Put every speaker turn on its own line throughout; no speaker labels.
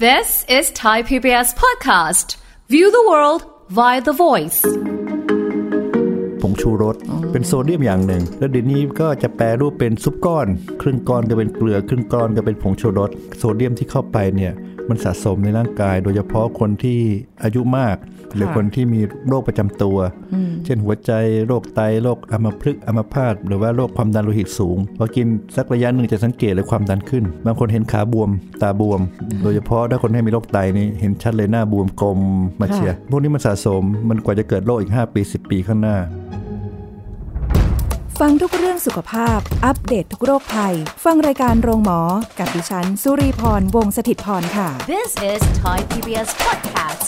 This is Thai PBS podcast. View the world via the voice.
ผงชูรสเป็นโซเดียมอย่างหนึ่ง แล้วเดี๋ยวนี้ก็จะแปรรูปเป็นซุปก้อน ครึ่งก้อนก็เป็นเกลือ ครึ่งก้อนก็เป็นผงชูรสโซเดียมที่เข้าไปเนี่ยมันสะสมในร่างกาย โดยเฉพาะคนที่อายุมาก หรือคนที่มีโรคประจำตัว เช่นหัวใจโรคไตโรคอัมพฤกษ์อัมพาตหรือว่าโรคความดันโลหิตสูงพอกินสักระยะหนึ่งจะสังเกตเลยความดันขึ้น บางคนเห็นขาบวมตาบวม โดยเฉพาะถ้าคนที่มีโรคไตนี่เห็นชัดเลยหน้าบวมกลมมาเชียร์พวกนี้มันสะสมมันกว่าจะเกิดโรคอีกห้าปีสิบปีข้างหน้า
ฟังทุกเรื่องสุขภาพ อัปเดตทุกโรคภัย ฟังรายการโรงหมอ กับดิฉัน สุรีพร วงศิตพรค่ะ
This is Thai PBS podcast.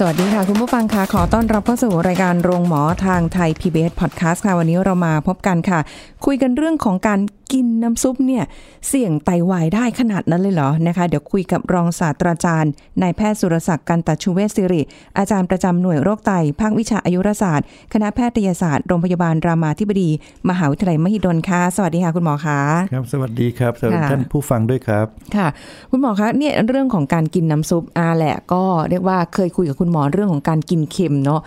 สวัสดีค่ะ คุณผู้ฟังค่ะ ขอต้อนรับเข้าสู่รายการโรงหมอทางไทย PBS Podcast ค่ะ วันนี้เรามาพบกันค่ะ คุยกันเรื่องของการกินน้ำซุปเนี่ย เสี่ยงไตวายได้ขนาดนั้นเลยเหรอนะคะ เดี๋ยวคุยกับรองศาสตราจารย์นายแพทย์สุรศักดิ์กันตชูเวชสิริ อาจารย์ประจำหน่วยโรคไต ภาควิชาอายุรศาสตร์ คณะแพทยศาสตร์โรงพยาบาลรามาธิบดี มหาวิทยาลัยมหิดลค่ะ สวัสดีค่ะคุณหมอคะ
ครับสวัสดีครับสวัสดี
ค่ะ
ท่านผู้ฟังด้วยครับ
ค่ะคุณหมอคะเนี่ยเรื่องของการกินน้ำซุปอาแหละก็เรียกว่าเคยคุยกับคุณหมอเรื่องของการกินเค็มเนาะ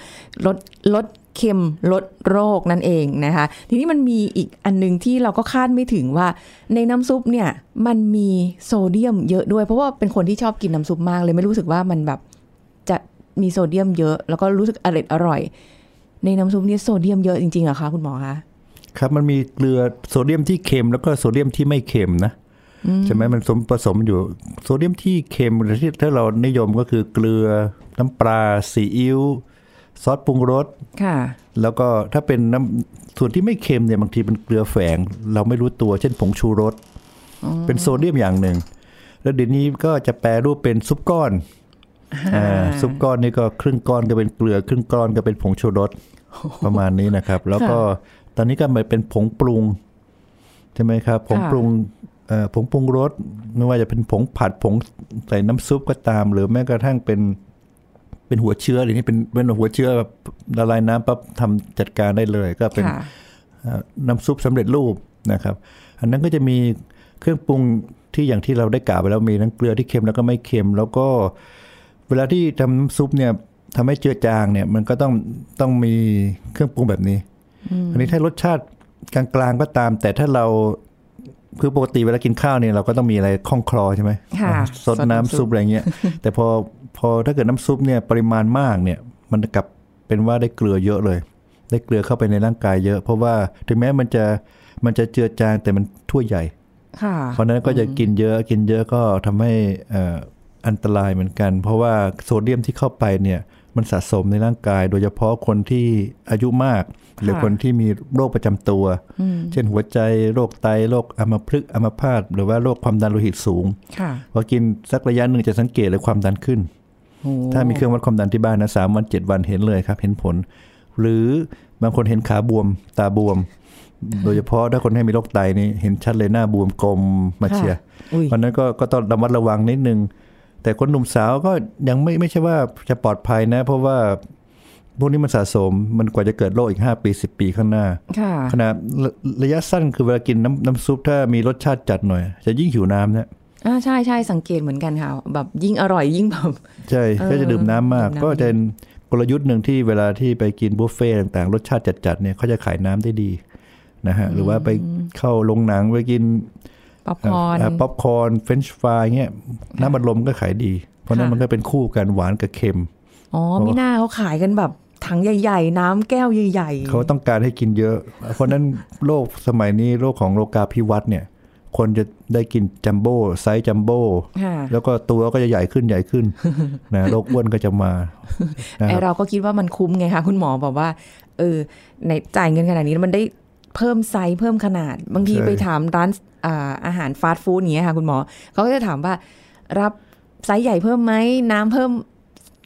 ลดลดเค็มลดโรคนั่นเองนะคะ ทีนี้มันมีอีกอันหนึงที่เราก็คาดไม่ถึงว่า ในน้ำซุปเนี่ยมันมีโซเดียมเยอะด้วย เพราะว่าเป็นคนที่ชอบกินน้ำซุปมากเลยไม่รู้สึกว่ามันแบบจะมีโซเดียมเยอะ แล้วก็รู้สึกอร่อยอร่อย ในน้ำซุปเนี่ยโซเดียมเยอะจริงๆเหรอคะคุณหมอคะ
ครับมันมีเกลือโซเดียมที่เค็มแล้วก็โซเดียมที่ไม่เค็มนะใช่ไหมมันสมผสมอยู่โซเดียมที่เค็มหรือที่ถ้าเรานิยมก็คือเกลือน้ำปลาซีอิ๊วซอสปรุงรส
ค่ะ
แล้วก็ถ้าเป็นน้ำส่วนที่ไม่เค็มเนี่ยบางทีเป็นเกลือแฝง เราไม่รู้ตัวเช่นผงชูรสเป็นโซเดียมอย่างหนึ่ง แล้วเดี๋ยวนี้ก็จะแปรรูปเป็นซุปก้อนอ่าซุปก้อนนี่ก็ครึ่งก้อนก็เป็นเกลือ ครึ่งก้อนก็เป็นผงชูรสประมาณนี้ นะครับ แล้วก็ตอนนี้ก็มาเป็นผงปรุง ใช่ไหมครับผง
ค่ะ
ปรุงเอ่อผงปรุงรสไม่ว่าจะเป็นผงผัดผงใส่น้ำซุปก็ตาม หรือแม้กระทั่งเป็นเป็นหัวเชื้อหรือนี่เป็นเป็นหัวเชื้อแบบละลายน้ำปั๊บทำจัดการได้เลย ก็เป็น
ค่ะ
เอ่อน้ำซุปสำเร็จรูปนะครับ อันนั้นก็จะมีเครื่องปรุงที่อย่างที่เราได้กล่าวไปแล้วมีทั้งเกลือที่เค็มแล้วก็ไม่เค็ม แล้วก็เวลาที่ทำน้ำซุปเนี่ยทำให้เจือจางเนี่ยมันก็ต้องต้องมีเครื่องปรุงแบบนี้อันนี้ถ้ารสชาติกลางๆก็ตาม แต่ถ้าเราคือปกติเวลากินข้าวเนี่ยเราก็ต้องมีอะไรคล่องคลอใช่ไหม
ค่ะ
อ่าสด
สดน้ำ
น้ำ
ซุ
ซุป
ป
อะไรเงี้ย แต่พอพอถ้าเกิดน้ำซุปเนี่ยปริมาณมากเนี่ยมันกลับเป็นว่าได้เกลือเยอะเลย ได้เกลือเข้าไปในร่างกายเยอะ เพราะว่าถึงแม้มันจะมันจะเจือจางแต่มันทั่วยใหญ่
ค่ะ
เพราะฉะนั้นก็จะกินเยอะกินเยอะก็ทำให้เอ่ออันตรายเหมือนกัน เพราะว่าโซเดียมที่เข้าไปเนี่ยมันสะสมในร่างกาย โดยเฉพาะคนที่อายุมาก หรือคนที่มีโรคประจำตัว เช่นหัวใจโรคไตโรคอัมพฤกษ์อัมพาตหรือว่าโรคความดันโลหิตสูง
ค่ะ
พอกินสักระยะหนึ่งจะสังเกตเลยความดันขึ้น
โอ้
ถ้ามีเครื่องวัดความดันที่บ้านนะสามวันเจ็ดวันเห็นเลยครับ เห็นผล หรือบางคนเห็นขาบวม ตาบวม โดยเฉพาะถ้าคนที่มีโรคไตนี่เห็นชัดเลยหน้าบวมกลมมาเชียร์
ค่ะอุ้ย
เพราะฉะนั้นก็ก็ต้องระมัดระวังนิดนึง แต่คนหนุ่มสาวก็ยังไม่ไม่ใช่ว่าจะปลอดภัยนะ เพราะว่าพวกนี้มันสะสมมันกว่าจะเกิดโรคอีก 5 ปี 10 ปีข้างหน้า
ค่ะ
ขนาดระระยะสั้นคือเวลากินน้ำน้ำซุปถ้ามีรสชาติจัดหน่อย จะยิ่งหิวน้ำนะ
อ่าใช่ใช่สังเกตเหมือนกันค่ะ แบบยิ่งอร่อยยิ่งแบบ
ใช่
เออ
ก็จะดื่มน้ำมาก
ดื่มน้ำ
ก็จะเป็นกลยุทธ์หนึ่งที่เวลาที่ไปกินบุฟเฟ่ต์ต่างๆ รสชาติจัดๆเนี่ยเขาจะขายน้ำได้ดีนะฮะหรือว่าไปเข้าโรงหนังไปกิน
ป๊อปคอร์น
ป๊อปคอร์นเฟรนช์ฟรายเงี้ยน้ำบัดลมก็ขายดี เพราะนั้น
ค่ะ
มันก็เป็นคู่กันหวานกับเค็ม
อ๋อไม่น่าเขาขายกันแบบถังใหญ่ ๆ น้ำแก้วใหญ่
เขาต้องการให้กินเยอะ เพราะนั้นโลกสมัยนี้โลกของโลกาพิวัตน์เนี่ย คนจะได้กินจัมโบ้ไซส์จัมโบ้
ค่ะ
แล้วก็ตัวก็จะใหญ่ขึ้นใหญ่ขึ้น นะโรคอ้วนก็จะมา
ๆไอเราก็คิดว่ามันคุ้มไงคะคุณหมอบอกว่า เออในจ่ายเงินขนาดนี้แล้วมันได้เพิ่มไซส์เพิ่มขนาด บางทีไปถามร้านอ่าอาหารฟาสต์ฟู้ดอย่างเงี้ยค่ะคุณหมอเขาก็จะถามว่า รับไซส์ใหญ่เพิ่มไหมน้ำเพิ่ม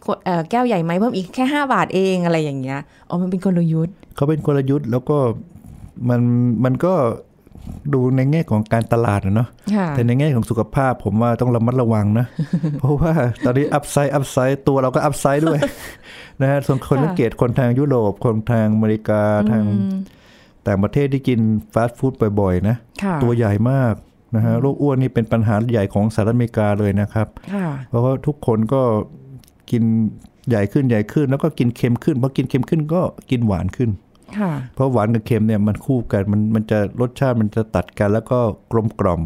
ขวดเอ่อแก้วใหญ่ไหมเพิ่มอีกแค่ห้าบาทเองอะไรอย่างเงี้ยอ๋อมันเป็นกลยุทธ์
เขาเป็นกลยุทธ์แล้วก็มันมันก็ดูในแง่ของการตลาดนะเนาะ
ค่ะ
แต่ในแง่ของสุขภาพผมว่าต้องระมัดระวัง นะ เพราะว่าตอนนี้อัพไซด์อัพไซด์ตัวเราก็อัพไซด์ ด้วย นะฮะส่วนคนสังเกตคนทางยุโรป คนทางอเมริกาทางต่างประเทศที่กินฟาสต์ฟู้ดบ่อยๆนะ
ค่ะ
ตัวใหญ่มาก นะฮะโรคอ้วนนี่เป็นปัญหาใหญ่ของสหรัฐอเมริกาเลยนะครับ
ค่ะ
เพราะว่าทุกคนก็กินใหญ่ขึ้นใหญ่ขึ้น แล้วก็กินเค็มขึ้นพอกินเค็มขึ้นก็กินหวานขึ้น
ค่ะ
เพราะหวานกับเค็มเนี่ยมันคู่กันมันมันจะรสชาติมันจะตัดกันแล้วก็กลมกล่อม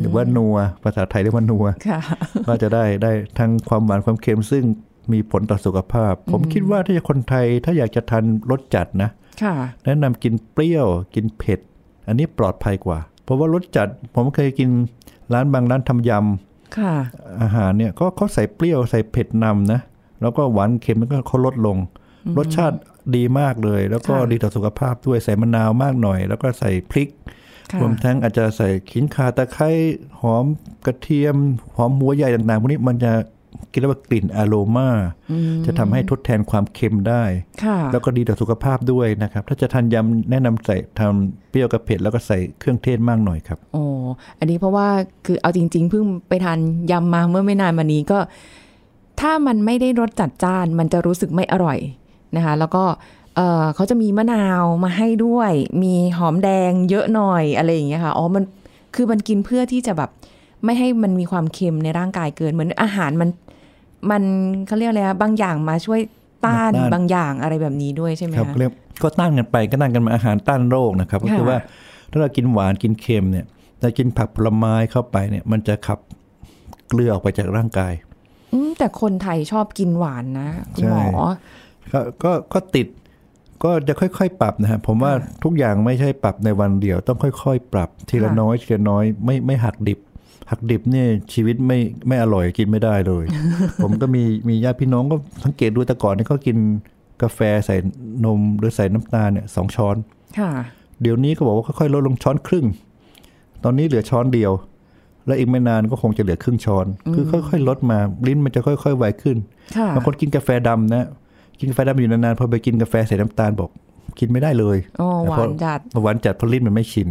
หรือว่านัวภาษาไทยเรียกว่า นัว
ค่ะ
ก็จะได้ได้ทั้งความหวานความเค็มซึ่งมีผลต่อสุขภาพ ผมคิดว่าถ้าคนไทยถ้าอยากจะทานรสจัดนะ
ค่ะ
แนะนำกินเปรี้ยวกินเผ็ด อันนี้ปลอดภัยกว่า เพราะว่ารสจัดผมเคยกินร้านบางร้านทำย
ค่ะ
ำอาหารเนี่ยก็เขาใส่เปรี้ยวใส่เผ็ดนำนะ แล้วก็หวานเค็มมันก็เขาลดลง รสชาติดีมากเลย แล้วก็
ค่ะ
ดีต่อสุขภาพด้วยใส่มะนาวมากหน่อย แล้วก็ใส่พริก
ค่ะ
รวมทั้งอาจจะใส่ขิงข่าตะไคร้หอมกระเทียม หอมหัวใหญ่ต่างๆพวกนี้มันจะกินแล้วว่ากลิ่นอโรมาจะทำให้ทดแทนความเค็มได้
ค่ะ
แล้วก็ดีต่อสุขภาพด้วยนะครับ ถ้าจะทานยำแนะนำใส่ทำเปรี้ยวกับเผ็ดแล้วก็ใส่เครื่องเทศมากหน่อยครับ
โอ้อันนี้เพราะว่าคือเอาจริง ๆ เพิ่งไปทานยำมาเมื่อไม่นานมานี้ก็ ถ้ามันไม่ได้รสจัดจ้าน มันจะรู้สึกไม่อร่อยนะคะ แล้วก็เอ่อเขาจะมีมะนาวมาให้ด้วย มีหอมแดงเยอะหน่อยอะไรอย่างเงี้ยค่ะอ๋อมันคือมันกินเพื่อที่จะแบบ ไม่ให้มันมีความเค็มในร่างกายเกิน เหมือนอาหารมัน มันเขาเรียกอะไรอะบางอย่างมาช่วยต้าน
มาต้าน
บางอย่างอะไรแบบนี้ด้วยใช่ไหม
ครับ
คะ
เรียกก็ต้านกันไปก็ต้านกันมาอาหารต้านโรคนะครับ ก็คือ
ค่ะ
ว่าถ้าเรากินหวานกินเค็มเนี่ยแต่กินผักผลไม้เข้าไปเนี่ยมันจะขับเกลือออกไปจากร่างกาย
อืมแต่คนไทยชอบกินหวานนะคุณหมอ
ใช่ ก็ก็ก็ติดก็จะค่อยๆ ปรับนะฮะผมว่าทุกอย่างไม่ใช่ปรับในวันเดียว ต้องค่อยๆ ปรับทีละ
ค่ะ
น้อยทีละน้อยไม่ไม่หักดิบ หักดิบเนี่ยชีวิตไม่ไม่อร่อยกินไม่ได้เลย ผมก็มีมีญาติพี่น้องก็สังเกตดูแต่ก่อนนี่เขากินกาแฟใส่นมหรือใส่น้ำตาลเนี่ยสองช้อน
ค่ะ
เดี๋ยวนี้ก็บอกว่าค่อยๆลดลงช้อนครึ่ง ตอนนี้เหลือช้อนเดียว และอีกไม่นานก็คงจะเหลือครึ่งช้อน คือค่อยๆ ลดมาลิ้นมันจะค่อยๆ ไวขึ้น
ค่ะ
บางคนกินกาแฟดำนะ กินกาแฟดำอยู่นานๆพอไปกินกาแฟใส่น้ำตาลบอก กินไม่ได้เลย
โอ้หวานจัด
เพราะหวานจัดเพราะลิ้นมันไม่ชิน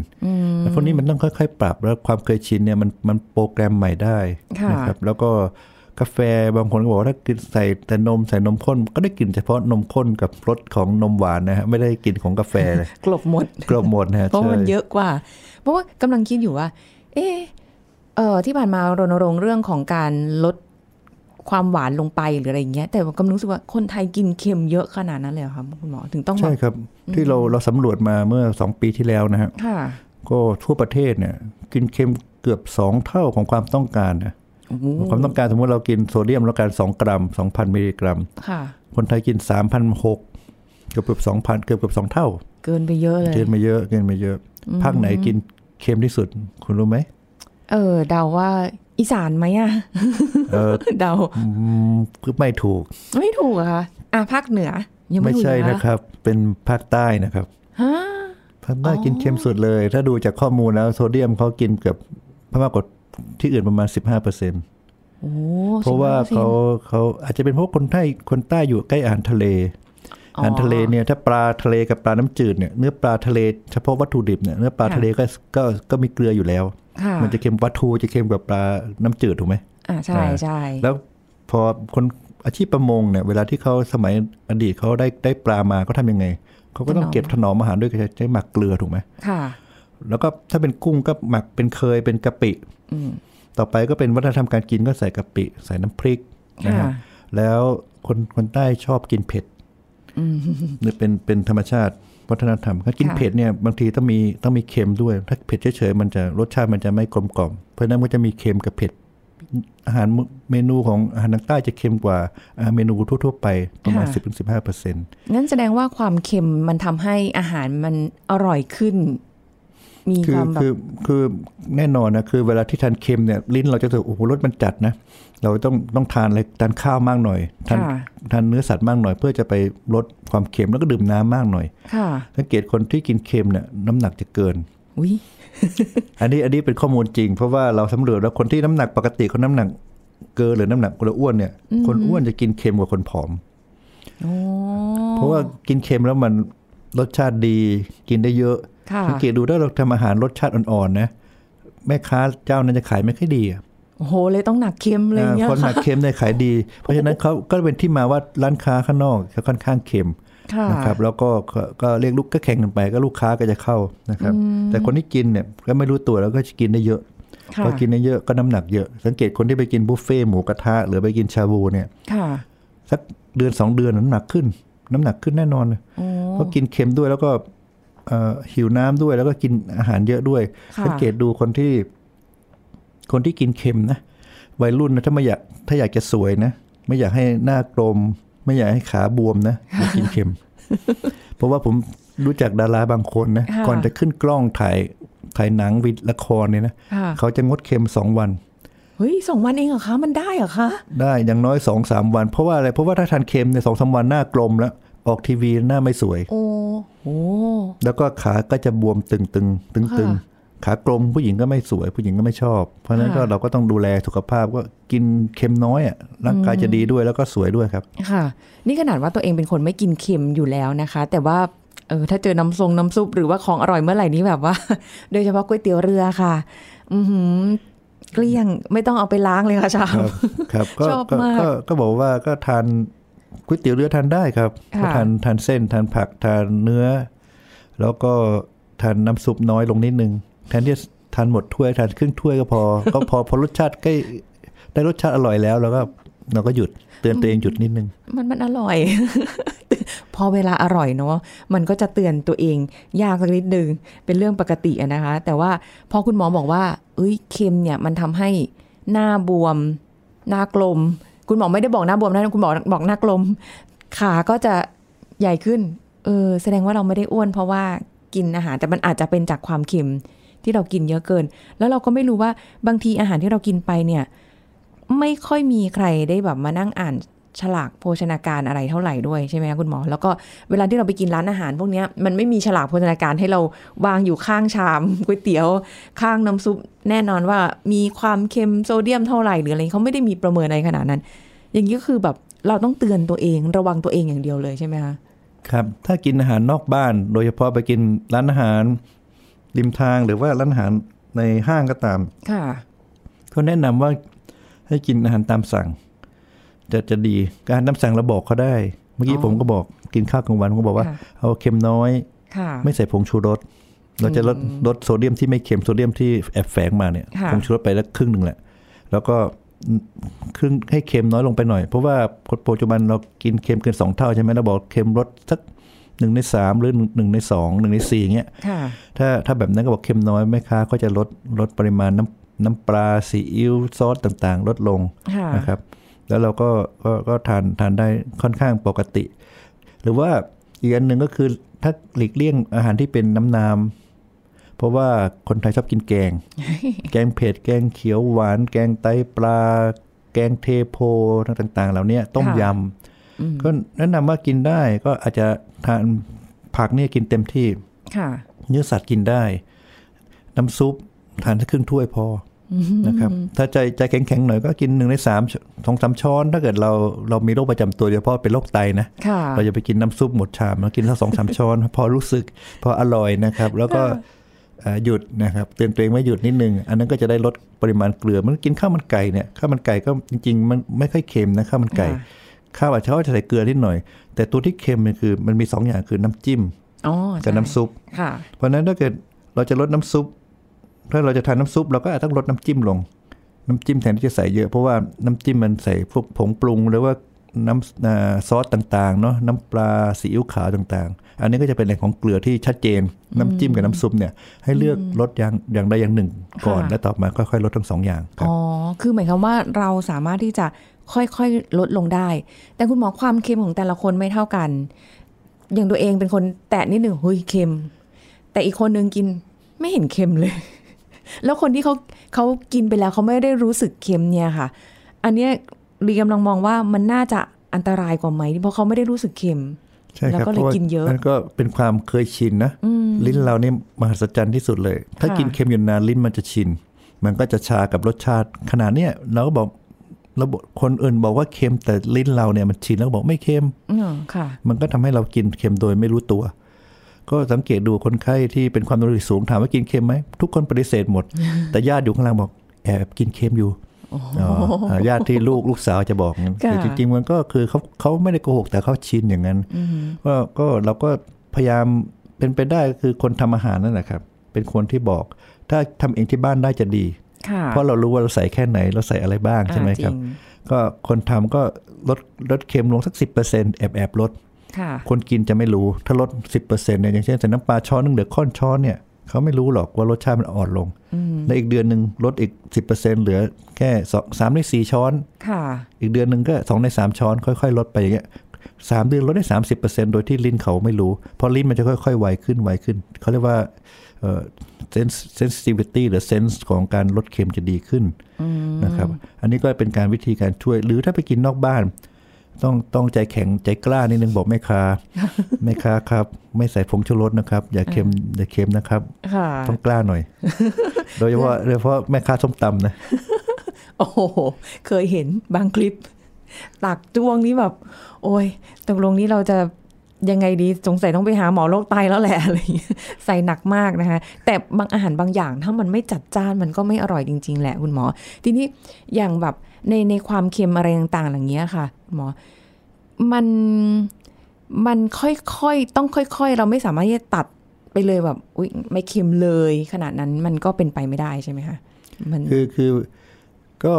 แต่พวกนี้มันต้องค่อยๆ ปรับแล้วความเคยชินเนี่ยมันมันโปรแกรมใหม่ได้
ค่ะ
นะครับ แล้วก็กาแฟบางคนก็บอกว่าถ้ากินใส่แต่นมใส่นมข้น ก็ได้กลิ่นเฉพาะนมข้นกับรสของนมหวานนะฮะไม่ได้กลิ่นของกาแฟเลย
กลบหมด
กลบหมดนะฮะ
เพราะ
ใช่
มันเยอะกว่า เพราะว่ากำลังคิดอยู่ว่า เอะเออที่ผ่านมารณรงค์เรื่องของการลดความหวานลงไปหรืออะไรอย่างเงี้ย แต่ว่ากำลังรู้สึกว่าคนไทยกินเค็มเยอะขนาดนั้นเลยเหรอคะคุณหมอถึงต้องแบ
ใช่
บ
ครับ ที่เราเราสำรวจมาเมื่อสองปีที่แล้วนะฮะ
ค่ะ
ก็ทั่วประเทศเนี่ยกินเค็มเกือบสองเท่าของความต้องการนะความต้องการสมมติเรากินโซเดียมแล้วกันสองกรัมสองพันมิลลิกรัม
ค่ะ
คนไทยกินสามพันหกเกือบเกือบสองพันเกือบเกือบสองเท่า
เกินไปเยอะเลย
เกินมาเยอะเกินมาเยอะภาคไหนกินเค็มที่สุด คุณรู้ไหม
เออ เดาว่าอีสานไหมอะ
เออ
เดา
อืมคือไม่ถูก
ไม่ถูกอะคะอ่ะภาคเหนือ ยังไม่
ไม่
ถูก
ใช่
เหอ
นะครับ เป็นภาคใต้นะครับ
ฮะ
ภาคใต้กินเค็มสุดเลย ถ้าดูจากข้อมูลแล้วโซเดียมเขากินเกือบมากกว่าที่อื่นประมาณสิบห้าเปอร์เซ็นต
โอ้
เพราะว่า
สิบห้
เขา
ปอร์ซ็นต์
เขาอาจจะเป็นเพราะคนไทยคนใต้อยู่ใกล้อ่านทะเล
อ๋ออ่
อ่านทะเลเนี่ยถ้าปลาทะเลกับปลาน้ำจืดเนี่ยเนื้อปลาทะเลเฉพาะวัตถุดิบเนี่ยเนื้อปลา
ค่ะ
ทะเลก็ก็ก็มีเกลืออยู่แล้ว
ค่ะ
มันจะเค็มวัตถุจะเค็มกว่าปลาน้ำจืดถูกไหม
อ่าใช่
อ่า
ใช่
แล้วพอคนอาชีพประมงเนี่ยเวลาที่เขาสมัยอดีตเขาได้ได้ปลามาเขาทำยังไงเขาก็ต้องเก็บถนอมอาหารด้วยการใช้หมักเกลือถูกไหม
ค่ะ
แล้วก็ถ้าเป็นกุ้งก็หมักเป็นเคยเป็นกะปิต่อไปก็เป็นวัฒนธรรมการกินก็ใส่กะปิ ใส่น้ำพริกนะฮะ
ค่ะ
แล้วคนคนใต้ชอบกินเผ็ดนี่เป็นเป็นธรรมชาติวัฒนธรรมถ้ากินเผ็ดเนี่ยบางทีต้องมีต้องมีเค็มด้วย ถ้าเผ็ดเฉยๆมันจะรสชาติมันจะไม่กลมกล่อมเพราะฉะนั้นมันก็จะมีเค็มกับเผ็ด อาหารเมนูของอาหารทางใต้จะเค็มกว่าอ่าเมนูทั่วๆไปประมาณ
ค่ะ
สิบถึงสิบห้าเปอร์เซ็นต์
งั้นแสดงว่าความเค็มมันทำให้อาหารมันอร่อยขึ้น มี
คือ
ความแบ
คือบ คือแน่นอนนะคือเวลาที่ทานเค็มเนี่ยลิ้นเราจะรู้สึกโอ้โหรสมันจัดนะเราต้องต้องทานอะไรทานข้าวมากหน่อยทาน
ค่ะ
ทานเนื้อสัตว์มากหน่อย เพื่อจะไปลดความเค็มแล้วก็ดื่มน้ำมากหน่อย
ค่ะ
สังเกตคนที่กินเค็มเนี่ยน้ำหนักจะเกิน
อุ้ย
อันนี้อันนี้เป็นข้อมูลจริง เพราะว่าเราสำรวจแล้วคนที่น้ำหนักปกติคนน้ำหนักเกินหรือน้ำหนักคนละอ้วนเนี่ย คนอ้วนจะกินเค็มกว่าคนผอม
โอ้
เพราะว่ากินเค็มแล้วมันรสชาติดีกินได้เยอะ
ค่ะ
สังเกตดูถ้าเราทำอาหารรสชาติอ่อนๆนะแม่ค้าเจ้านั้นจะขายไม่ค่อยดีอะ
โอ้โหเลยต้องหนักเค็มเลย
อ่า
เนี่ย
คนหนัก
ค่ะ
เค็มเนี่ยขายดี เพราะฉะนั้นเขาก็เป็นที่มาว่าร้านค้าข้างนอกเขาค่อนข้างเค็ม
ค่ะ
นะครับ แล้วก็ก็ก็เรียกลูกก็แข่งกันไป ก็ลูกค้าก็จะเข้านะครับ แต่คนที่กินเนี่ยก็ไม่รู้ตัวแล้วก็จะกินได้เยอะ
ค่ะ
ก็กินเยอะๆก็น้ำหนักเยอะ สังเกตคนที่ไปกินบุฟเฟ่ต์หมูกระทะหรือไปกินชาบูเนี่ย
ค่ะ
สักเดือนสองเดือนน้ำหนักขึ้น น้ำหนักขึ้นแน่นอนเลยเพราะกินเค็มด้วยแล้วก็เอ่อหิวน้ำด้วยแล้วก็กินอาหารเยอะด้วย
ค่ะ
สังเกตดูคนที่ คนที่กินเค็มนะวัยรุ่นนะถ้าไม่อยากถ้าอยากจะสวยนะไม่อยากให้หน้ากลม ไม่อยากให้ขาบวมนะอย่ากินเค็ม เพราะว่าผมรู้จักดาราบางคนนะ
ค่ะ
ก่อนจะขึ้นกล้องถ่ายถ่ายหนังวิดละครเนี่ยนะ
ค่ะ
เขาจะงดเค็มสองวัน
เฮ้ยสองวันเองเหรอคะ มันได้เหรอคะ
ได้อย่างน้อยสองสามวัน เพราะว่าอะไรเพราะว่าถ้าทานเค็มเนี่ยสองสามวันหน้ากลมแล้ว ออกทีวีหน้าไม่สวย
โอ้โห
แล้วก็ขาก็จะบวมตึงๆตึงๆ
ค่ะ
ขากลมผู้หญิงก็ไม่สวย ผู้หญิงก็ไม่ชอบ เพราะฉะนั้นก็
ค่ะ
เราก็ต้องดูแลสุขภาพก็กินเค็มน้อยอ่ะร่างกายจะดีด้วยแล้วก็สวยด้วยครับ
ค่ะ นี่ขนาดว่าตัวเองเป็นคนไม่กินเค็มอยู่แล้วนะคะ แต่ว่าเออถ้าเจอน้ำทรงน้ำซุปหรือว่าของอร่อยเมื่อไหร่นี้แบบว่า โดยเฉพาะก๋วยเตี๋ยวเรือค่ะ อือหือเกลี้ยงไม่ต้องเอาไปล้างเลยค่ะชาม
ครับก็
ชอบ
ก็
มาก
ก็ก็บอกว่าก็ทานก๋วยเตี๋ยวเรือทานได้ครับ
ค่ะ
ก็ทานทานเส้นทานผักทานเนื้อ แล้วก็ทานน้ำซุปน้อยลงนิดนึง แทนที่จะทานหมดถ้วยทานครึ่งถ้วยก็พอ ก็พอพอรสชาติใกล้ได้รสชาติอร่อยแล้วเราก็เราก็หยุดเตือนตัวเองหยุดนิดนึง
มันมันอร่อย พอเวลาอร่อยเนาะมันก็จะเตือนตัวเองยากสักนิดนึงเป็นเรื่องปกติอะนะคะ แต่ว่าพอคุณหมอบอกว่า เอ้ยเค็มเนี่ยมันทำให้หน้าบวม หน้ากลม คุณหมอไม่ได้บอกหน้าบวมนะคุณหมอบอกหน้ากลม ขาก็จะใหญ่ขึ้น เออ แสดงว่าเราไม่ได้อ้วน เพราะว่ากินอาหารแต่มันอาจจะเป็นจากความเค็มที่เรากินเยอะเกิน แล้วเราก็ไม่รู้ว่าบางทีอาหารที่เรากินไปเนี่ย ไม่ค่อยมีใครได้แบบมานั่งอ่าน ฉลากโภชนาการอะไรเท่าไหร่ด้วยใช่ไหมคะคุณหมอ แล้วก็เวลาที่เราไปกินร้านอาหาร พวกเนี้ยมันไม่มีฉลากโภชนาการให้เราวางอยู่ข้างชาม ก๋วยเตี๋ยว ข้างน้ำซุปแน่นอนว่ามีความเค็มโซเดียมเท่าไหร่หรืออะไรเขาไม่ได้มีประเมินอะไรขนาดนั้น อย่างนี้ก็คือแบบเราต้องเตือนตัวเองระวังตัวเองอย่างเดียวเลยใช่ไหมคะ
ครับ ถ้ากินอาหารนอกบ้าน โดยเฉพาะไปกินร้านอาหารริมทางหรือว่าร้านอาหารในห้างก็ตาม
ค่ะ
เขาแนะนำว่าให้กินอาหารตามสั่ง จะจะดีอาหารตามสั่งเราบอกเขาได้ เมื่อกี้
อ๋อ
ผมก็บอกกินข้าวกลางวันผมก็บอกว่า
ค่ะ
เอาเค็มน้อย
ค่ะ
ไม่ใส่ผงชูรสเราจะลดลดโซเดียมที่ไม่เค็มโซเดียมที่แอบแฝงมาเนี่ย
ค่ะ
ผงชูรสไปแล้วครึ่งหนึ่งแหละ แล้วก็ครึ่งให้เค็มน้อยลงไปหน่อย เพราะว่าคนปัจจุบันเรากินเค็มเกินสองเท่าใช่ไหมเราบอกเค็มลดสักหนึ่งในสามหรือหนึ่งหนึ่งในสองหนึ่งในสี่อย่างเงี้ย
ค่ะ
ถ้าถ้าแบบนั้นก็บอกเค็มน้อยแม่ค้าก็จะลดลดปริมาณน้ำน้ำปลาซีอิ๊วซอสต่างๆ ลดลง
ค่ะ
นะครับ แล้วเราก็ก็ก็ทานทานได้ค่อนข้างปกติ หรือว่าอีกอันหนึ่งก็คือถ้าหลีกเลี่ยงอาหารที่เป็นน้ำน้ำๆเพราะว่าคนไทยชอบกินแก ง แกงเผ็ดแกงเขียวหวาน แกงไตปลา แกงเทโพต่าง ๆ เหล่าเนี้ยต้มย
ค่ะ
ำก็แนะนำว่ากินได้ก็อาจจะทานผักเนี่ยกินเต็มที่
ค่ะ
เนื้อสัตว์กินได้ น้ำซุปทานแค่ครึ่งถ้วยพออนะครับ ถ้าใจใจแข็งๆหน่อยก็กินหนึ่งในสามชสองสามช้อน ถ้าเกิดเราเรามีโรคประจำตัวโดยเฉพาะเป็นโรคไตนะ
ค่ะ
เราจะไปกินน้ำซุปหมดชามแล้วกินสักสองสามช้อน พอรู้สึก พออร่อยนะครับ แล้วก็เอ่อหยุดนะครับเตือนตัวเองไม่หยุดนิดนึง อันนั้นก็จะได้ลดปริมาณเกลือมันกินข้าวมันไก่เนี่ยข้าวมันไก่ก็จริงๆ มันไม่ค่อยเค็มนะข้าวมันไก่
ค่ะ
ข้าวอาจจะใส่เกลือนิดหน่อย แต่ตัวที่เค็มเนี่ยคือมันมีสองอย่างคือน้ำจิ้ม
อ๋อ
กับน้ำซุป
ค่ะ
เพราะฉะนั้นถ้าเกิดเราจะลดน้ำซุป ถ้าเราจะทานน้ำซุปเราก็อาจต้องลดน้ำจิ้มลง น้ำจิ้มแทนที่จะใส่เยอะเพราะว่าน้ำจิ้มมันใส่พวกผงปรุงหรือว่าน้ำอ่าซอสต่างๆเนาะน้ำปลาซีอิ๊วขาวต่างๆ อันนี้ก็จะเป็นแหล่งของเกลือที่ชัดเจน น้ำจิ้มกับน้ำซุปเนี่ยให้เลือกลดอย่างอย่างใดอย่างหนึ่งก่อน
ค่ะ
แล้วต่อมาค่อยๆลดทั้งสองอย่างครับ
อ๋อ คือหมายความว่าเราสามารถที่จะค่อยๆ ลดลงได้ แต่คุณหมอความเค็มของแต่ละคนไม่เท่ากัน อย่างตัวเองเป็นคนแตะนิดหนึ่งเฮ้ยเค็ม แต่อีกคนนึงกินไม่เห็นเค็มเลย แล้วคนที่เขาเขากินไปแล้วเขาไม่ได้รู้สึกเค็มเนี่ยค่ะ อันเนี้ยรีกำลังมองว่ามันน่าจะอันตรายกว่าไหมเพราะเขาไม่ได้รู้สึกเค็ม
ใช่ครับ
แล้วก็เล
พ
ย
ราะว่า
กินเยอะ
มันก็เป็นความเคยชินนะ ลิ้นเราเนี่ยมหัศจรรย์ที่สุดเลย ถ้า
ค่ะ
กินเค็มอยู่นานลิ้นมันจะชิน มันก็จะชากับรสชาติ ขนาดเนี้ยเราก็บอกเราบอกคนอื่นบอกว่าเค็มแต่ลิ้นเราเนี่ยมันชินแล้วก็บอกไม่เค็ม
๋อค่ะ
มันก็ทำให้เรากินเค็มโดยไม่รู้ตัว ก็สังเกตดูคนไข้ที่เป็นความดันโลหิตสูงถามว่ากินเค็มไหมทุกคนปฏิเสธหมด แต่ญาติอยู่ข้างล่างบอกแอบกินเค็มอยู่อ๋ออ่าญาติที่ลูกลูกสาวจะบอกงั้น
ค่ะ
แต่จริงๆมันก็คือเขาเขาไม่ได้โกหกแต่เขาชินอย่างนั้นก็ก็เราก็พยายามเป็นไปได้ก็คือคนทำอาหารนั่นแหละครับ เป็นคนที่บอก ถ้าทำเองที่บ้านได้จะดี
ค่ะ
เพราะเรารู้ว่าเราใส่แค่ไหนเราใส่อะไรบ้างใช่ไหม
อ่าจง
ครับ ก็คนทำก็ลดลดเค็มลงสัก 10%แอบแอบๆลด
ค่ะ
คนกินจะไม่รู้ ถ้าลด 10%เนี่ยอย่างเช่นใส่น้ำปลาช้อนหนึงเหลือข้อนช้อนเนี่ยเขาไม่รู้หรอกว่ารสชาติมันอ่อนลง แล้วอีกเดือนหนึ่งลดอีก 10%เหลือแค่สองสามในสี่ช้อน
ค่ะ
อีกเดือนหนึ่งก็สองในสามช้อนค่อยๆ ลดไปอย่างเงี้ยสามเดือนลดได้สามสิบเปอร์เซ็นโดยที่ลิ้นเขาไม่รู้ เพราะลิ้นมันจะค่อยๆ ไวขึ้นไวขึ้น เขาเรียกว่าเอ่อ sense- sensitivity หรือ sense ของการลดเค็มจะดีขึ้นนะครับ อันนี้ก็เป็นการวิธีการช่วย หรือถ้าไปกินนอกบ้าน ต้องต้องใจแข็งใจกล้านิดนึงบอกแม่ ค้า แม่ค้าครับ ไม่ใส่ผงชูรสนะครับ อย่าเค็มอย่าเค็มนะครับ
ค่ะ
ต้องกล้าหน่อย โดยเฉพาะโดยเฉพาะแม่ค้าส้มตำนะ
โอ้โห เคยเห็นบางคลิป ตักจ้วงนี่แบบ โอ้ยตกลงนี้เราจะยังไงดีสงสัยต้องไปหาหมอโรคไตแล้วแหละ อะไรอย่างเงี้ยใส่หนักมากนะคะ แต่บางอาหารบางอย่างถ้ามันไม่จัดจ้านมันก็ไม่อร่อยจริง ๆ แหละคุณหมอ ทีนี้อย่างแบบในในความเค็มอะไรต่างๆอย่างเงี้ยค่ะคุณหมอ มันมันค่อยๆต้องค่อย ๆ เราไม่สามารถที่จะตัดไปเลยแบบอุ๊ยไม่เค็มเลย ขนาดนั้นมันก็เป็นไปไม่ได้ใช่ไหมคะมัน
คือคือก็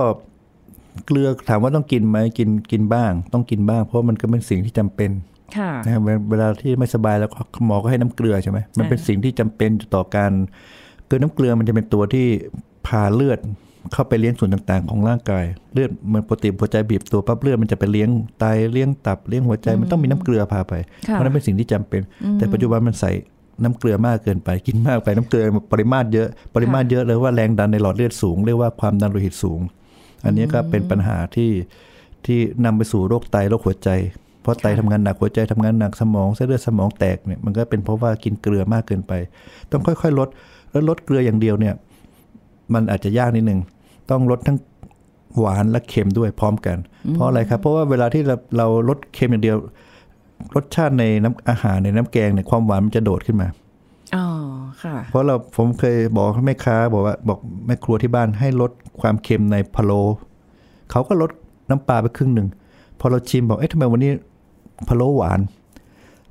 เกลือถามว่าต้องกินไหมกินกินบ้าง ต้องกินบ้าง เพราะมันก็เป็นสิ่งที่จำเป็น
ค่ะ
นะเวลาเวลาที่ไม่สบายแล้วก็หมอก็ให้น้ำเกลือใช่ไหมมันเป็นสิ่งที่จำเป็นต่อการคือน้ำเกลือมันจะเป็นตัวที่พาเลือดเข้าไปเลี้ยงส่วนต่างๆ ของร่างกายเลือดมันปกติหัวใจบีบตัวปั๊บเลือดมันจะไปเลี้ยงไตเลี้ยงตับเลี้ยงหัวใจมันต้องมีน้ำเกลือพาไปเพ
ค่ะ
ราะนั้นเป็นสิ่งที่จำเป็น แต่ปัจจุบันมันใส่น้ำเกลือมากเกินไป กินมากไปน้ำเกลือปริมาตรเยอะ ปริมาตรเยอะเลยว่าแรงดันในหลอดเลือดสูงเรียกว่าความดันโลหิตสูง อันนี้ก็เป็นปัญหาที่ที่นำไปสู่โรคไตโรคหัวใจ เพราะไตทำงานหนักหัวใจทำงานหนักสมองเส้นเลือดสมองแตกเนี่ยมันก็เป็นเพราะว่ากินเกลือมากเกินไป ต้องค่อยๆลดแล้วลดเกลืออย่างเดียวเนี่ย มันอาจจะยากนิดนึงต้องลดทั้งหวานและเค็มด้วยพร้อมกัน เพราะอะไรครับ เพราะว่าเวลาที่เราเราลดเค็มอย่างเดียว รสชาติในน้ำอาหารในน้ำแกงเนี่ยความหวานมันจะโดดขึ้นมา
อ๋อ ค่ะ
เพราะเราผมเคยบอกให้แม่ค้าบอกว่าบอกแม่ครัวที่บ้านให้ลดความเค็มในพะโล้เขาก็ลดน้ำปลาไปครึ่งหนึ่งพอเราชิมบอกเอ๊ะทำไมวันนี้พะโล้หวาน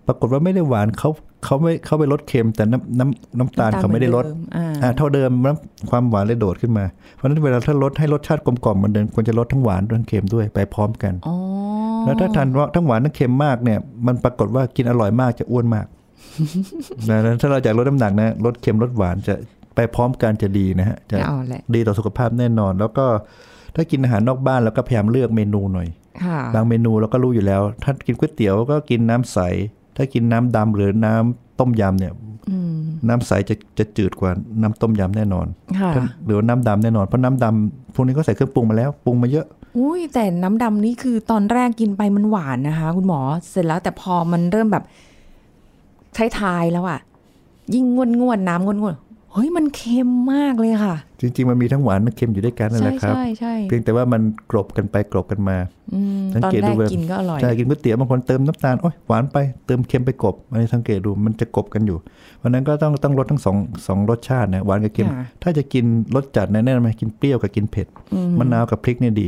ปรากฏว่าไม่ได้หวานเขาเขาไม่เขาไปลดเค็มแต่น้ำน้ำน้ำตาล
น้ำตาล
เขาไม่ได้ลด
เหมือนเดิมอ่า
อ่าเท่าเดิมแล้วความหวานเลยโดดขึ้นมา เพราะฉะนั้นเวลาถ้าลดให้รสชาติกลมกล่อมเหมือนเดิมควรจะลดทั้งหวานทั้งเค็มด้วยไปพร้อมกัน
อ๋อ
แล้วถ้าทานว่าทั้งหวานทั้งเค็มมากเนี่ยมันปรากฏว่ากินอร่อยมากจะอ้วน มาก นะนั้นถ้าเราอยากลดน้ำหนักนะลดเค็มลดหวานจะไปพร้อมกันจะดีนะฮะจะ
เอาแหละ
ดีต่อสุขภาพแน่นอน แล้วก็ถ้ากินอาหารนอกบ้านเราก็พยายามเลือกเมนูหน่อย
ค่ะ
บางเมนูเราก็รู้อยู่แล้ว ถ้ากินก๋วยเตี๋ยวก็กินน้ำใส ถ้ากินน้ำดำหรือน้ำต้มยำเนี่ยน้ำใสจะจะจืดกว่าน้ำต้มยำแน่นอน
ค่ะ
ถ้าหรือว่าน้ำดำแน่นอนเพราะน้ำดำพวกนี้ก็ใส่เครื่องปรุงมาแล้วปรุงมาเยอะ
อุ้ยแต่น้ำดำนี่คือตอนแรกกินไปมันหวานนะคะ คุณหมอ เสร็จแล้วแต่พอมันเริ่มแบบท้ายๆแล้วอะยิ่งงวนงวนๆน้ำงวนงวนๆเฮ้ยมันเค็มมากเลยค่ะ
จริง ๆ มันมีทั้งหวานทั้งเค็มอยู่ด้วยกันนั่นแห
ใช่
ละครับ
ใช่ใช่
เพียงแต่ว่ามันกรบกันไปกรบกันมา
อืมตอนแรกกินก็อร่อย
ใช่กินก๋วยเตี๋ยวบางคนเติมน้ำตาลโอ๊ยหวานไปเติมเค็มไปกรบอันนี้สังเกตดูมันจะกรบกันอยู่ เพราะฉะนั้นก็ต้องต้องลดทั้งสองสองรสชาตินะหวานกับเค็ม
ค่ะ
ถ้าจะกินรสจัดนะแนะนำให้กินเปรี้ยวกับกินเผ็ดมะนาวกับพริกเนี่ยดี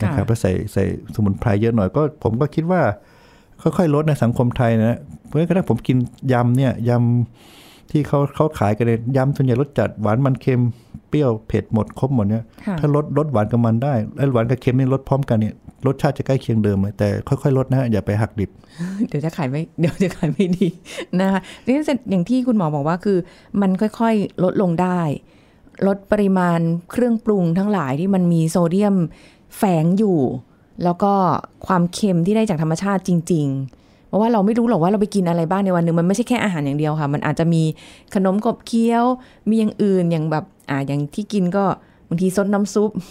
นะครับ
ค่ะ
แล้วใส่ใส่สมุนไพรเยอะหน่อยก็ ผมก็คิดว่า ค่อยๆลดในะสังคมไทยนะเพราะฉะนั้นผมกินยำเนี่ยยำที่เขาเขาขายกันเนี่ยยำส่วนใหญ่รสจัดหวานมันเค็มเปรี้ยวเผ็ดหมดครบหมดเนี่ย
ค่ะ
ถ้าลดลดหวานกับมันได้แล้วหวานกับเค็มนี่ลดพร้อมกันเนี่ยรสชาติจะใกล้เคียงเดิมเลยแต่ค่อยๆลดนะฮะอย่าไปหักดิบ
เดี๋ยวจะขายไม่เดี๋ยวจะขายไม่ดี นะคะนี่เสร็จอย่างที่คุณหมอบอกว่าคือมันค่อยๆลดลงได้ ลดปริมาณเครื่องปรุงทั้งหลายที่มันมีโซเดียมแฝงอยู่ แล้วก็ความเค็มที่ได้จากธรรมชาติจริง ๆ เพราะว่าเราไม่รู้หรอกว่าเราไปกินอะไรบ้างในวันหนึ่งมันไม่ใช่แค่อาหารอย่างเดียวค่ะ มันอาจจะมีขนมกบเคี้ยว มีอย่างอื่นอย่างแบบอ่าอย่างที่กินก็บางทีซดน้ำซุป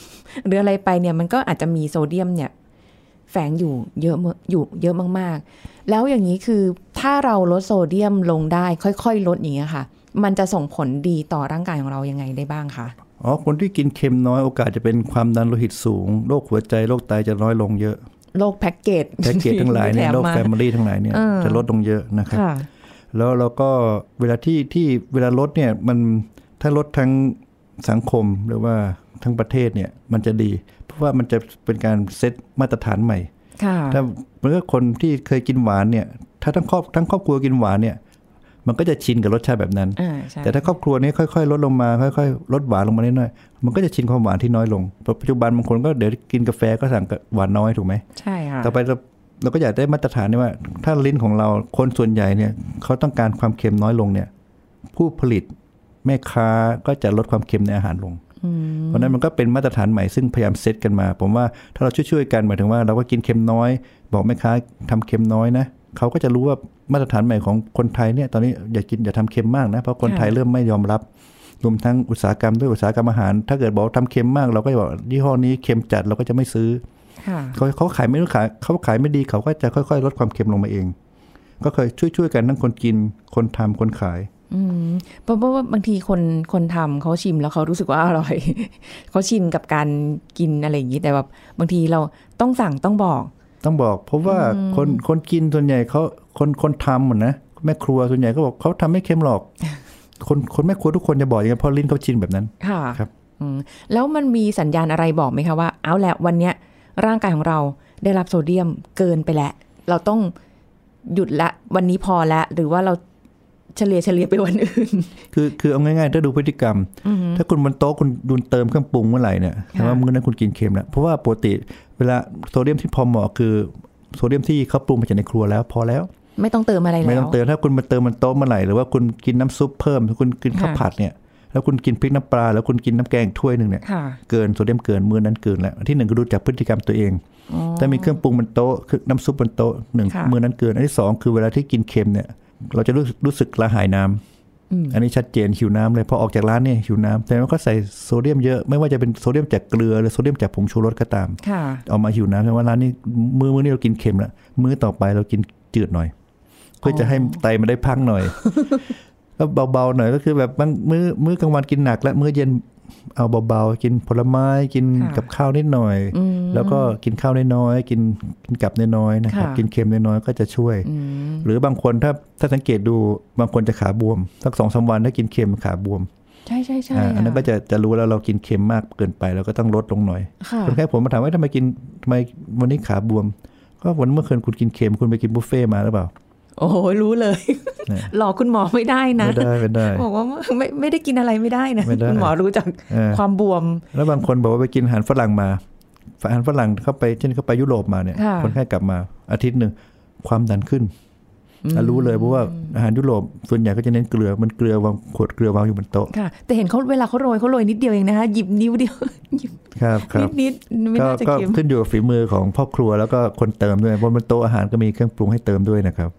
หรืออะไรไปเนี่ยมันก็อาจจะมีโซเดียมเนี่ย แฝงอยู่เยอะเมื่ออยู่เยอะมากๆ แล้วอย่างนี้คือถ้าเราลดโซเดียมลงได้ค่อยๆ ลดอย่างเงี้ยค่ะ มันจะส่งผลดีต่อร่างกายของเรายังไงได้บ้างคะ
อ๋อ คนที่กินเค็มน้อยโอกาสจะเป็นความดันโลหิตสูงโรคหัวใจโรคไตจะน้อยลงเยอะ
โรคแพ็กเกจ
แพ็กเกจทั้งหลาย เนี่ย
ถม
โรค
ม
แฟมิลี่ทั้งหลายเนี่ยจะลดลงเยอะนะครับ
ค่ะ
แล้วเราก็เวลาที่ที่เวลาลดเนี่ยมันถ้าลดทั้งสังคมหรือว่าทั้งประเทศเนี่ยมันจะดี เพราะว่ามันจะเป็นการเซตมาตรฐานใหม่
ค่ะ
ถ้าเมื่อคนที่เคยกินหวานเนี่ย ถ้าทั้งครอบทั้งครอบครัวกินหวานเนี่ย มันก็จะชินกับรสชาติแบบนั้น
อ่าใช่
แต่ถ้าครอบครัวนี้ค่อยๆ ลดลงมาค่อยๆ ลดหวานลงมาเรื่อยๆมันก็จะชินความหวานที่น้อยลงปัจจุบันบางคนก็เดี๋ยวกินกาแฟก็สั่งหวานน้อยถูกไหม
ใช่ค่ะ
ต่อไปเราเราก็อยากได้มาตรฐานนี่ว่า ถ้าลิ้นของเราคนส่วนใหญ่เนี่ยเขาต้องการความเค็มน้อยลงเนี่ย ผู้ผลิตแม่ค้าก็จะลดความเค็มในอาหารลง เพราะฉะนั้นมันก็เป็นมาตรฐานใหม่ซึ่งพยายามเซตกันมา ผมว่าถ้าเราช่วยๆกันหมายถึงว่าเราก็กินเค็มน้อย บอกแม่ค้าทำเค็มน้อยนะเขาก็จะรู้ว่ามาตรฐานใหม่ของคนไทยเนี่ยตอนนี้อย่ากินอย่าทำเค็มมากนะเพราะคนไทยเริ่มไม่ยอมรับรวมทั้งอุตสาหกรรมด้วยอุตสาหกรรมอาหาร ถ้าเกิดบอกทำเค็มมาก เราก็จะบอกยี่ห้อนี้เค็มจัดเราก็จะไม่ซื้อ
ค่ะ
เขาเขาขายไม่รู้ขายเขาขายไม่ดีเขาก็จะค่อยๆ ลดความเค็มลงมาเอง ก็เคยช่วยๆกันทั้งคนกินคนทำคนขาย
อืมเพราะเพราะว่าบางทีคนคนทำเขาชิมแล้วเขารู้สึกว่าอร่อย เขาชินกับการกินอะไรอย่างนี้แต่แบบบางทีเราต้องสั่งต้องบอก
ต้องบอก เพราะว่าคนคนกินส่วนใหญ่เขาคนคนทำหมดนะแม่ครัวส่วนใหญ่ก็บอกเขาทำไม่เค็มหรอก คนคนแม่ครัวทุกคนจะบอกอย่างนั้นเพราะลิ้นเขาชินแบบนั้น
ค่ะ
ครับ
อืมแล้วมันมีสัญญาณอะไรบอกไหมคะว่า เอาแหละวันเนี้ยร่างกายของเราได้รับโซเดียมเกินไปแล้ว เราต้องหยุดละวันนี้พอละหรือว่าเราเฉลี่ยเฉลี่ยไปวันอื่น
คือคือเอาง่ายๆ ถ้าดูพฤติกรรม ถ้าคุณบนโต๊ะคุณดูเติมเครื่องปรุงเมื่อไหร่เนี่ย
ค่ะ
ว่ามื้อนั้นคุณกินเค็มแล้วเพราะว่าปกติเวลาโซเดียมที่พอเหมาะคือโซเดียมที่เขาปรุงมาจากในครัวแล้วพอแล้ว
ไม่ต้องเติมอะไรแล้ว
ไม่ต้องเติมถ้าคุณมาเติมมันโต๊ะเมื่อไหร่หรือว่าคุณกินน้ำซุปเพิ่มคุณกินข้าว
ค่ะ
ผัดเนี่ย แล้วคุณกินพริกน้ำปลา แล้วคุณกินน้ำแกงถ้วยหนึ่งเนี่ย
ค่ะ
เกินโซเดียมเกินมือนั้นเกินแล้วอันที่หนึ่งก็ดูจากพฤติกรรมตัวเองถ้ามีเครื่องปรุงบนโต๊ะคือน้ำซุปบนโต๊ะหนึ่ง
ค่ะ
มือนั้นเกิน อันที่สองคือเวลาที่กินเค็มเนี่ย เราจะรู้สึกรู้สึกกระหายน้ำอันนี้ชัดเจนหิวน้ำเลยพอออกจากร้านเนี่ยหิวน้ำแต่ว่าก็ใส่โซเดียมเยอะไม่ว่าจะเป็นโซเดียมจากเกลือหรือโซเดียมจากผงชูรสก็ตาม
ค่ะ
ออกมาหิวน้ำแสดงว่าร้านนี้มือมื้อนี้เรากินเค็มแล้วมื้อต่อไปเรากินจืดหน่อย เพื่อจะให้ไตมันได้พักห น่อย ก็เบาๆหน่อยก็คือแบบบางมื้อมื้อกลางวันกินหนัก และมื้อเย็นเอาเบาๆกินผลไม้กิน
ค่ะ
กับข้าวนิดหน่อย แล้วก็กินข้าวน้อยๆกินกินกับน้อยๆนะครับ
ค่ะ
กินเค็มน้อยๆก็จะช่วย หรือบางคนถ้าถ้าสังเกตดูบางคนจะขาบวมสักสองสามวันถ้ากินเค็มขาบวม
ใช่ใช่ใช่
อาอันนั้น
ค่ะ
ก็จะจะรู้แล้วเรากินเค็มมากเกินไปเราก็ต้องลดลงหน่อย
ค่ะ
คนไข้ผมมาถามว่าทำไมกินทำไมวันนี้ขาบวม ก็วันเมื่อคืนคุณกินเค็มคุณไปกินบุฟเฟ่ต์มาหรือเปล่า
โอ้โหรู้เลย
นะ
หลอกคุณหมอไม่ได้นะ
ไม่ได้ไม่ได้
บอกว่าไม่ไม่ได้กินอะไรไม่ได้นะ
ไม่ได้
คุณหมอรู้จาก
เออ
ความบวม
แล้วบางคนบอกว่าไปกินอาหารฝรั่งมาอาหารฝรั่งเข้าไปเช่นเข้าไปยุโรปมาเนี่ย
ค่ะ
คนไข้กลับมาอาทิตย์หนึ่งความดันขึ้นอ่ะรู้เลยเพราะว่าอาหารยุโรปส่วนใหญ่ก็จะเน้นเกลือมันเกลือวางขวดเกลือวางอยู่บนโต๊ะ
ค่ะ แต่เห็นเขาเวลาเขาโรยเขาโรยนิดเดียวเองนะคะหยิบนิ้วเดียวหยิบ
ครับค
นิ
รับ
ดนิดๆไม่
ก็
น่าจะ
ก็
เค็ม
ขึ้นอยู่กับฝีมือของพ่อครัวแล้วก็คนเติมด้วยบนบนโต๊ะอาหารก็มีเครื่องปรุงให้เติมด้วยนะครับ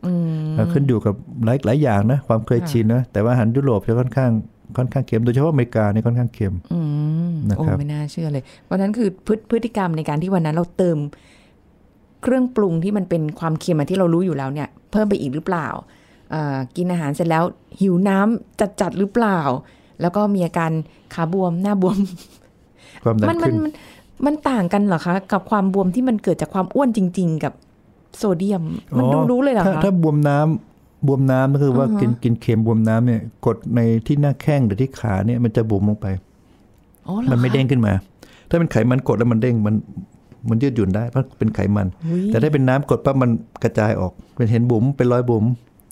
เอ่อขึ้นอยู่กับหลายหลายอย่างนะความเคยชินนะแต่ว่าอาหารยุโรปจะค่อนข้างค่อนข้างเค็มโดยเฉพาะอเมริกาเนี่ยค่อนข้างเค็ม
อืม
นะ
โอ้
ครับ
ไม่น่าเชื่อเลย เพราะฉะนั้นคือพฤพฤติกรรมในการที่วันนั้นเราเติม เครื่องปรุงที่มันเป็นความเค็มอะที่เรารู้อยู่แล้วเนี่ย เพิ่มไปอีกหรือเปล่าเอ่อกินอาหารเสร็จแล้วหิวน้ำจัดๆหรือเปล่า แล้วก็มีอาการขาบวมหน้าบวม
ความดัน
มันมั
ขึ้
น
น
มันมันต่างกันเหรอคะ กับความบวมที่มันเกิดจากความอ้วนจริง ๆ กับโซเดียม มันดูรู้เลยเหรอ
ถ้า
คะ
ถ้าบวมน้ำบวมน้ำก็คือว่ากินกินเค็มบวมน้ำเนี่ยกดในที่หน้าแข้งหรือที่ขาเนี่ยมันจะบวมลงไป
อ๋อเหรอ
มันไม่
คะ
เด้งขึ้นมา ถ้าเป็นไขมันกดแล้วมันเด้งมันมันยืดหยุ่นได้เพราะเป็นไขมัน
อุ๊ย
แต่ถ้าเป็นน้ำกดปั๊บมันกระจายออก เป็นเห็นบุ๋มเป็นรอยบุ๋ม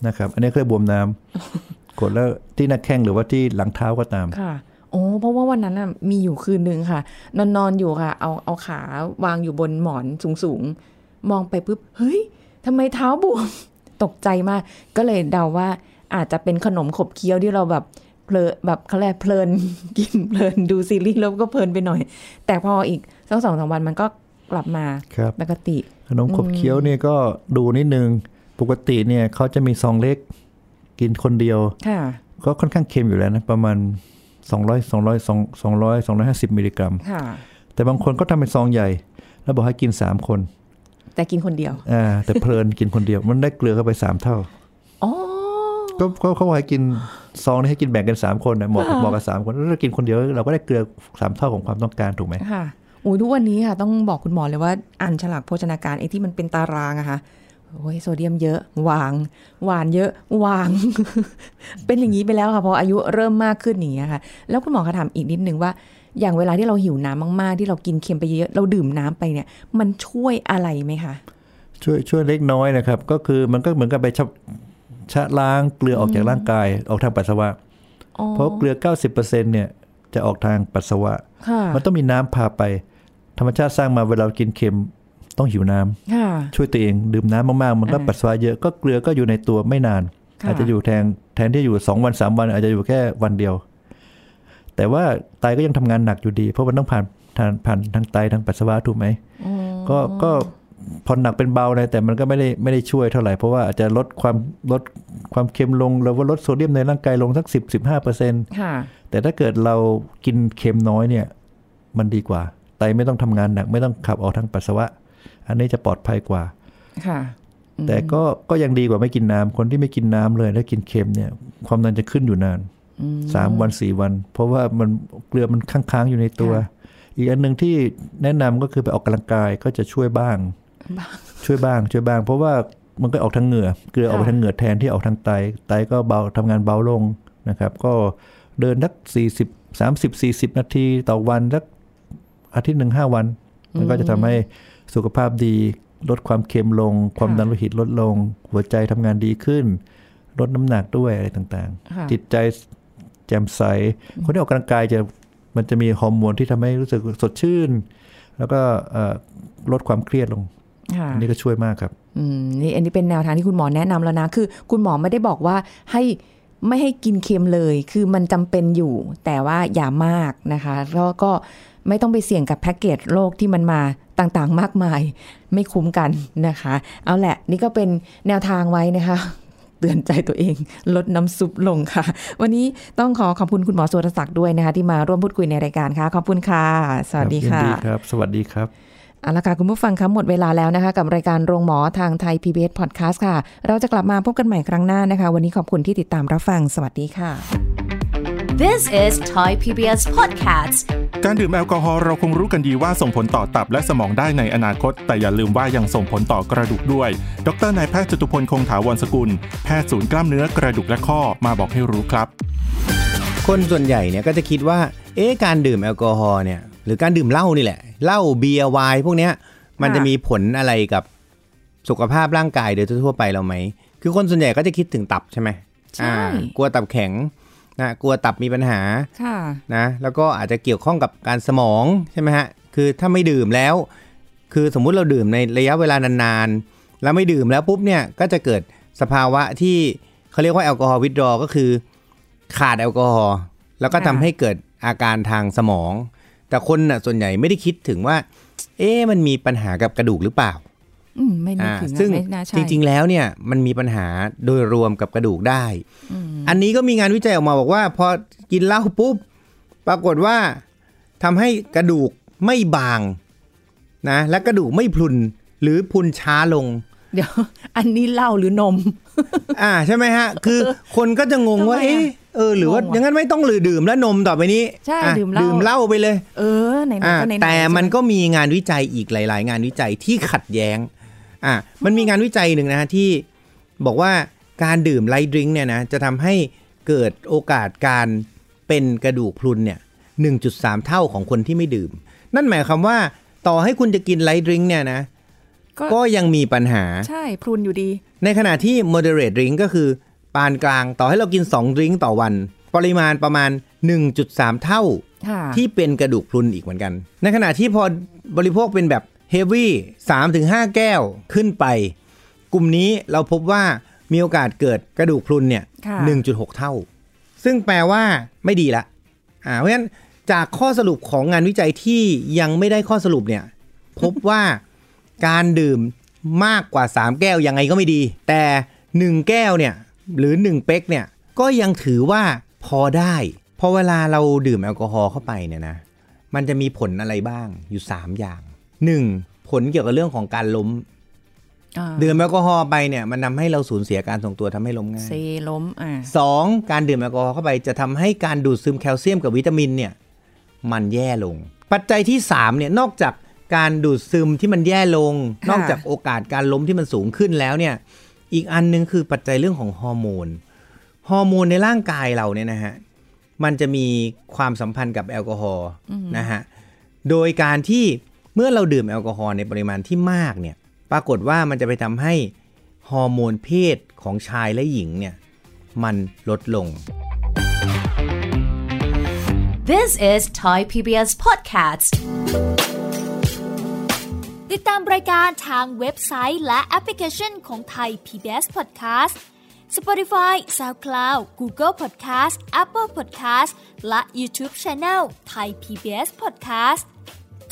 นะครับ อันนี้เขาเรียกบวมน้ำ กดแล้วที่หน้าแข้งหรือว่าที่หลังเท้าก็ตาม
ค่ะ โอ้เพราะว่าวันนั้นน่ะมีอยู่คืนนึงค่ะ นอนนอนอยู่ค่ะ เอาเอาขาวางอยู่บนหมอนสูงๆ มองไปปุ๊บ เฮ้ยทำไมเท้าบวม ตกใจมาก ก็เลยเดาว่าอาจจะเป็นขนมขบเคี้ยวที่เราแบบเพลอแบบเขาเรียกเพลิน กินเพลินดูซีรีส์แล้วก็เพลินไปหน่อย แต่พออีกสักสองสามวันมันก็กลับมา
ครับ
ปกติ
ขนมขบเคี้ยวเนี่ยก็ดูนิดนึงปกติเนี่ยเขาจะมีซองเล็กกินคนเดียว
ค่ะ
ก็ค่อนข้างเค็มอยู่แล้วนะ ประมาณ 200 200 200 250มิลลิกรัม
ค่ะ
แต่บางคนก็ทำเป็นซองใหญ่ แล้วบอกให้กิน 3 คน
แต่กินคนเดียว
อ่าแต่เพลิน กินคนเดียว มันได้เกลือเข้าไป 3 เท่า
อ๋อ
ก็ก็เขาบอกให้กินซองนี่ให้กินแบ่งกัน 3 คนนะเหมาะกับเหมาะกับ 3 คนแล้วเรากินคนเดียวเราก็ได้เกลือ 3 เท่าของความต้องการถูกไหม
ค่ะโอ้ยทุกวันนี้ค่ะต้องบอกคุณหมอเลยว่าอ่านฉลากโภชนาการไอ้ที่มันเป็นตารางอะค่ะ โอ้ยโซเดียมเยอะ หวางหวานเยอะหวาง เป็นอย่างนี้ไปแล้วค่ะเพออายุเริ่มมากขึ้นอย่างเงี้ยค่ะ แล้วคุณหมอคะถามอีกนิดนึงว่า อย่างเวลาที่เราหิวน้ำมากๆ ที่เรากินเค็มไปเยอะเราดื่มน้ำไปเนี่ย มันช่วยอะไรไหมคะ
ช่วยช่วยเล็กน้อยนะครับ ก็คือมันก็เหมือนกับไปชอบ ชะล้างเกลือออกจากร่างกาย ออกทางปัสสาวะ
อ๋อ
เพราะเกลือ 90%เนี่ยจะออกทางปัสสาวะ
ค่ะ
มันต้องมีน้ำพาไป ธรรมชาติสร้างมาเวลากินเค็มต้องหิวน้ำ
ค่ะ
ช่วยตัวเองดื่มน้ำมากๆ มันก็
อ่า
ปัสสาวะเยอะก็เกลือก็อยู่ในตัวไม่นาน
ค่ะ
อาจจะอยู่แทนแทนที่อยู่ 2 วัน 3 วัน อาจจะอยู่แค่วันเดียว แต่ว่าไตก็ยังทำงานหนักอยู่ดี เพราะมันต้องผ่านทางผ่านทางไตทางปัสสาวะถูกไหมก็ก็พอหนักเป็นเบาเลยแต่มันก็ไม่ได้ไม่ได้ช่วยเท่าไหร่ เพราะว่าอาจจะลดความลดความเค็มลงหรือว่าลดโซเดียมในร่างกายลงสัก10-15%เปอร์เซ็นต
ค่ะ
แต่ถ้าเกิดเรากินเค็มน้อยเนี่ย มันดีกว่า ไตไม่ต้องทำงานหนัก ไม่ต้องขับออกทางปัสสาวะ อันนี้จะปลอดภัยกว่า
ค่ะ
แต่ก็ก็ยังดีกว่าไม่กินน้ำคนที่ไม่กินน้ำเลยแล้วกินเค็มเนี่ย ความดันจะขึ้นอยู่นานสามวันสี่วัน เพราะว่ามันเกลือมันค้างๆอยู่ในตัว อีกอันหนึ่งที่แนะนำก็คือไปออกกำลังกายก็จะช่วยบ้าง ช่วยบ้างช่วยบ้าง เพราะว่ามันก็ออกทางเหงื่อ เกลือออกไป
ค่ะ
ทางเหงื่อแทนที่ออกทางไต ไตก็เบาทำงานเบาลงนะครับ ก็เดินสักสี่สิบสามสิบสี่สิบนาทีต่อวันสักอาทิตย์หนึ่งห้าวัน มันก็จะทำให้สุขภาพดี ลดความเค็มลง ความดันโลหิตลดลง หัวใจทำงานดีขึ้น ลดน้ำหนักด้วยอะไรต่าง
ค่ะ
ๆ จิตใจแจ่มใส คนที่ออกกำลังกายจะมันจะมีฮอร์โมนที่ทำให้รู้สึกสดชื่น แล้วก็เอ่อลดความเครียดลง
ค่ะ
อันนี้ก็ช่วยมากครับ
อืมนี่อันนี้เป็นแนวทางที่คุณหมอแนะนำแล้วนะ คือ คุณหมอไม่ได้บอกว่าให้ไม่ให้กินเค็มเลย คือมันจำเป็นอยู่ แต่ว่าอย่ามากนะคะแล้วก็ไม่ต้องไปเสี่ยงกับแพ็กเกจโรคที่มันมาต่างๆ มากมาย ไม่คุ้มกันนะคะ เอาแหละ นี่ก็เป็นแนวทางไว้นะคะ เตือนใจตัวเอง ลดน้ำซุปลงค่ะ วันนี้ต้องขอขอบคุณคุณหมอสุรศักดิ์ด้วยนะคะ ที่มาร่วมพูดคุยในรายการค่ะ ขอบคุณค่ะ สวัสดี
ครับ
ค่ะ
ยินดีครับ สวัสดีครับ
เอาละค่ะคุณผู้ฟังคะหมดเวลาแล้วนะคะ กับรายการโรงหมอทางไทย PBS Podcast ค่ะ เราจะกลับมาพบกันใหม่ครั้งหน้านะคะ วันนี้ขอบคุณที่ติดตามรับฟัง สวัสดีค่ะ
This is Thai PBS Podcasts.
การดื่มแอลกอฮอล์เราคงรู้กันดีว่าส่งผลต่อตับและสมองได้ในอนาคต แต่อย่าลืมว่ายังส่งผลต่อกระดูกด้วย ดรนายแพทย์จตุพลคงถาวรสกุล แพทย์ศูนย์กล้ามเนื้อกระดูกและข้อมาบอกให้รู้ครับ
คนส่วนใหญ่เนี่ยก็จะคิดว่า เอ๊ะการดื่มแอลกอฮอล์เนี่ยหรือการดื่มเหล้านี่แหละเหล้าเบียร์ไวน์พวกเนี้ยมันจะมีผลอะไรกับสุขภาพร่างกายโดยทั่วๆไปเราไหม คือคนส่วนใหญ่ก็จะคิดถึงตับใช่ไหม
ใช่
อ่ากลัวตับแข็งนะกลัวตับมีปัญหา
ค่ะ
นะแล้วก็อาจจะเกี่ยวข้องกับการสมองใช่ไหมฮะคือถ้าไม่ดื่มแล้ว คือสมมุติเราดื่มในระยะเวลานานๆ แล้วไม่ดื่มแล้วปุ๊บเนี่ยก็จะเกิดสภาวะที่เขาเรียกว่าแอลกอฮอล์วิดรอก็คือ ขาดแอลกอฮอล์แล้วก็ทำ
ค่ะ
ให้เกิดอาการทางสมอง แต่คนน่ะส่วนใหญ่ไม่ได้คิดถึงว่า เอ๊ะมันมีปัญหากับกระดูกหรือเปล่า
อืมไม่นึก
อ่า
ถึงอะ
ซึ่ง
ไม่น่าใช่
จริงๆแล้วเนี่ยมันมีปัญหาโดยรวมกับกระดูกได้ อันนี้ก็มีงานวิจัยออกมาบอกว่า พอกินเหล้าปุ๊บปรากฏว่าทำให้กระดูกไม่บางนะและกระดูกไม่พรุนหรือพรุนช้าลง
เดี๋ยว อันนี้เหล้าหรือนม
อ่าใช่ไหมฮะ คือคนก็จะงงว่า
ทำไมอะ
เอ๊ะเออหรือว่า
ง่วงอะ
อย่างนั้นไม่ต้องหรือดื่มแล้วนมต่อไปนี้
ใช่
อ่ะ
ดื่มเหล้า
ดื่มเหล้าไปเลย
เออไหน
อ่ะ
ๆก็ไหนๆ
แต่มัน
ใช่ไห
ก็มีงานวิจัยอีกหลาย ๆ งานวิจัยที่ขัดแย้งอ่ะมันมีงานวิจัยหนึ่งนะฮะที่บอกว่าการดื่มไลท์ดริงก์เนี่ยนะจะทำให้เกิดโอกาสการเป็นกระดูกพรุนเนี่ย 1.3 เท่าของคนที่ไม่ดื่ม นั่นหมายความว่าต่อให้คุณจะกินไลท์ดริงก์เนี่ยนะก็
ก็
ยังมีปัญหา
ใช่พรุนอยู่ดี
ในขณะที่ moderate drink ก็คือ ปานกลางต่อให้เรากิน 2 drink ต่อวัน ปริมาณประมาณ 1.3 เท่า
ค่ะ
ที่เป็นกระดูกพรุนอีกเหมือนกัน ในขณะที่พอบริโภคเป็นแบบ heavy 3-5 แก้วขึ้นไป กลุ่มนี้เราพบว่ามีโอกาสเกิดกระดูกพรุนเนี่ย
ค่ะ
1.6 เท่า ซึ่งแปลว่าไม่ดีละ อ่าเพราะฉะนั้นจากข้อสรุปของงานวิจัยที่ยังไม่ได้ข้อสรุปเนี่ย พบว่าการดื่มมากกว่า 3 แก้วยังไงก็ไม่ดี แต่ 1 แก้วเนี่ยหรือ 1 เป๊กเนี่ยก็ยังถือว่าพอได้ พอเวลาเราดื่มแอลกอฮอล์เข้าไปเนี่ยนะ มันจะมีผลอะไรบ้างอยู่ 3 อย่าง 1. ผลเกี่ยวกับเรื่องของการล้ม
อ่า
ดื่มแอลกอฮอล์ไปเนี่ยมันทำให้เราสูญเสียการทรงตัวทำให้ล้มง่าย
เซล้มอ่า
สองการดื่มแอลกอฮอล์เข้าไปจะทำให้การดูดซึมแคลเซียมกับวิตามินเนี่ยมันแย่ลง ปัจจัยที่3เนี่ยนอกจากการดูดซึมที่มันแย่ลง
ค่ะ
นอกจากโอกาสการล้มที่มันสูงขึ้นแล้วเนี่ยอีกอันหนึงคือปัจจัยเรื่องของฮอร์โมนฮอร์โมนในร่างกายเราเนี่ยนะฮะมันจะมีความสัมพันธ์กับแอลกอฮอล์นะฮะโดยการที่เมื่อเราดื่มแอลกอฮอล์ในปริมาณที่มากเนี่ยปรากฏว่ามันจะไปทำให้ ฮอร์โมนเพศ ของชายและหญิงเนี่ยมันลดลง
This is Thai PBS Podcast.
ติดตามรายการทางเว็บไซต์และแอปพลิเคชันของไทย PBS Podcast Spotify SoundCloud Google Podcast Apple Podcast และ YouTube Channel Thai PBS Podcast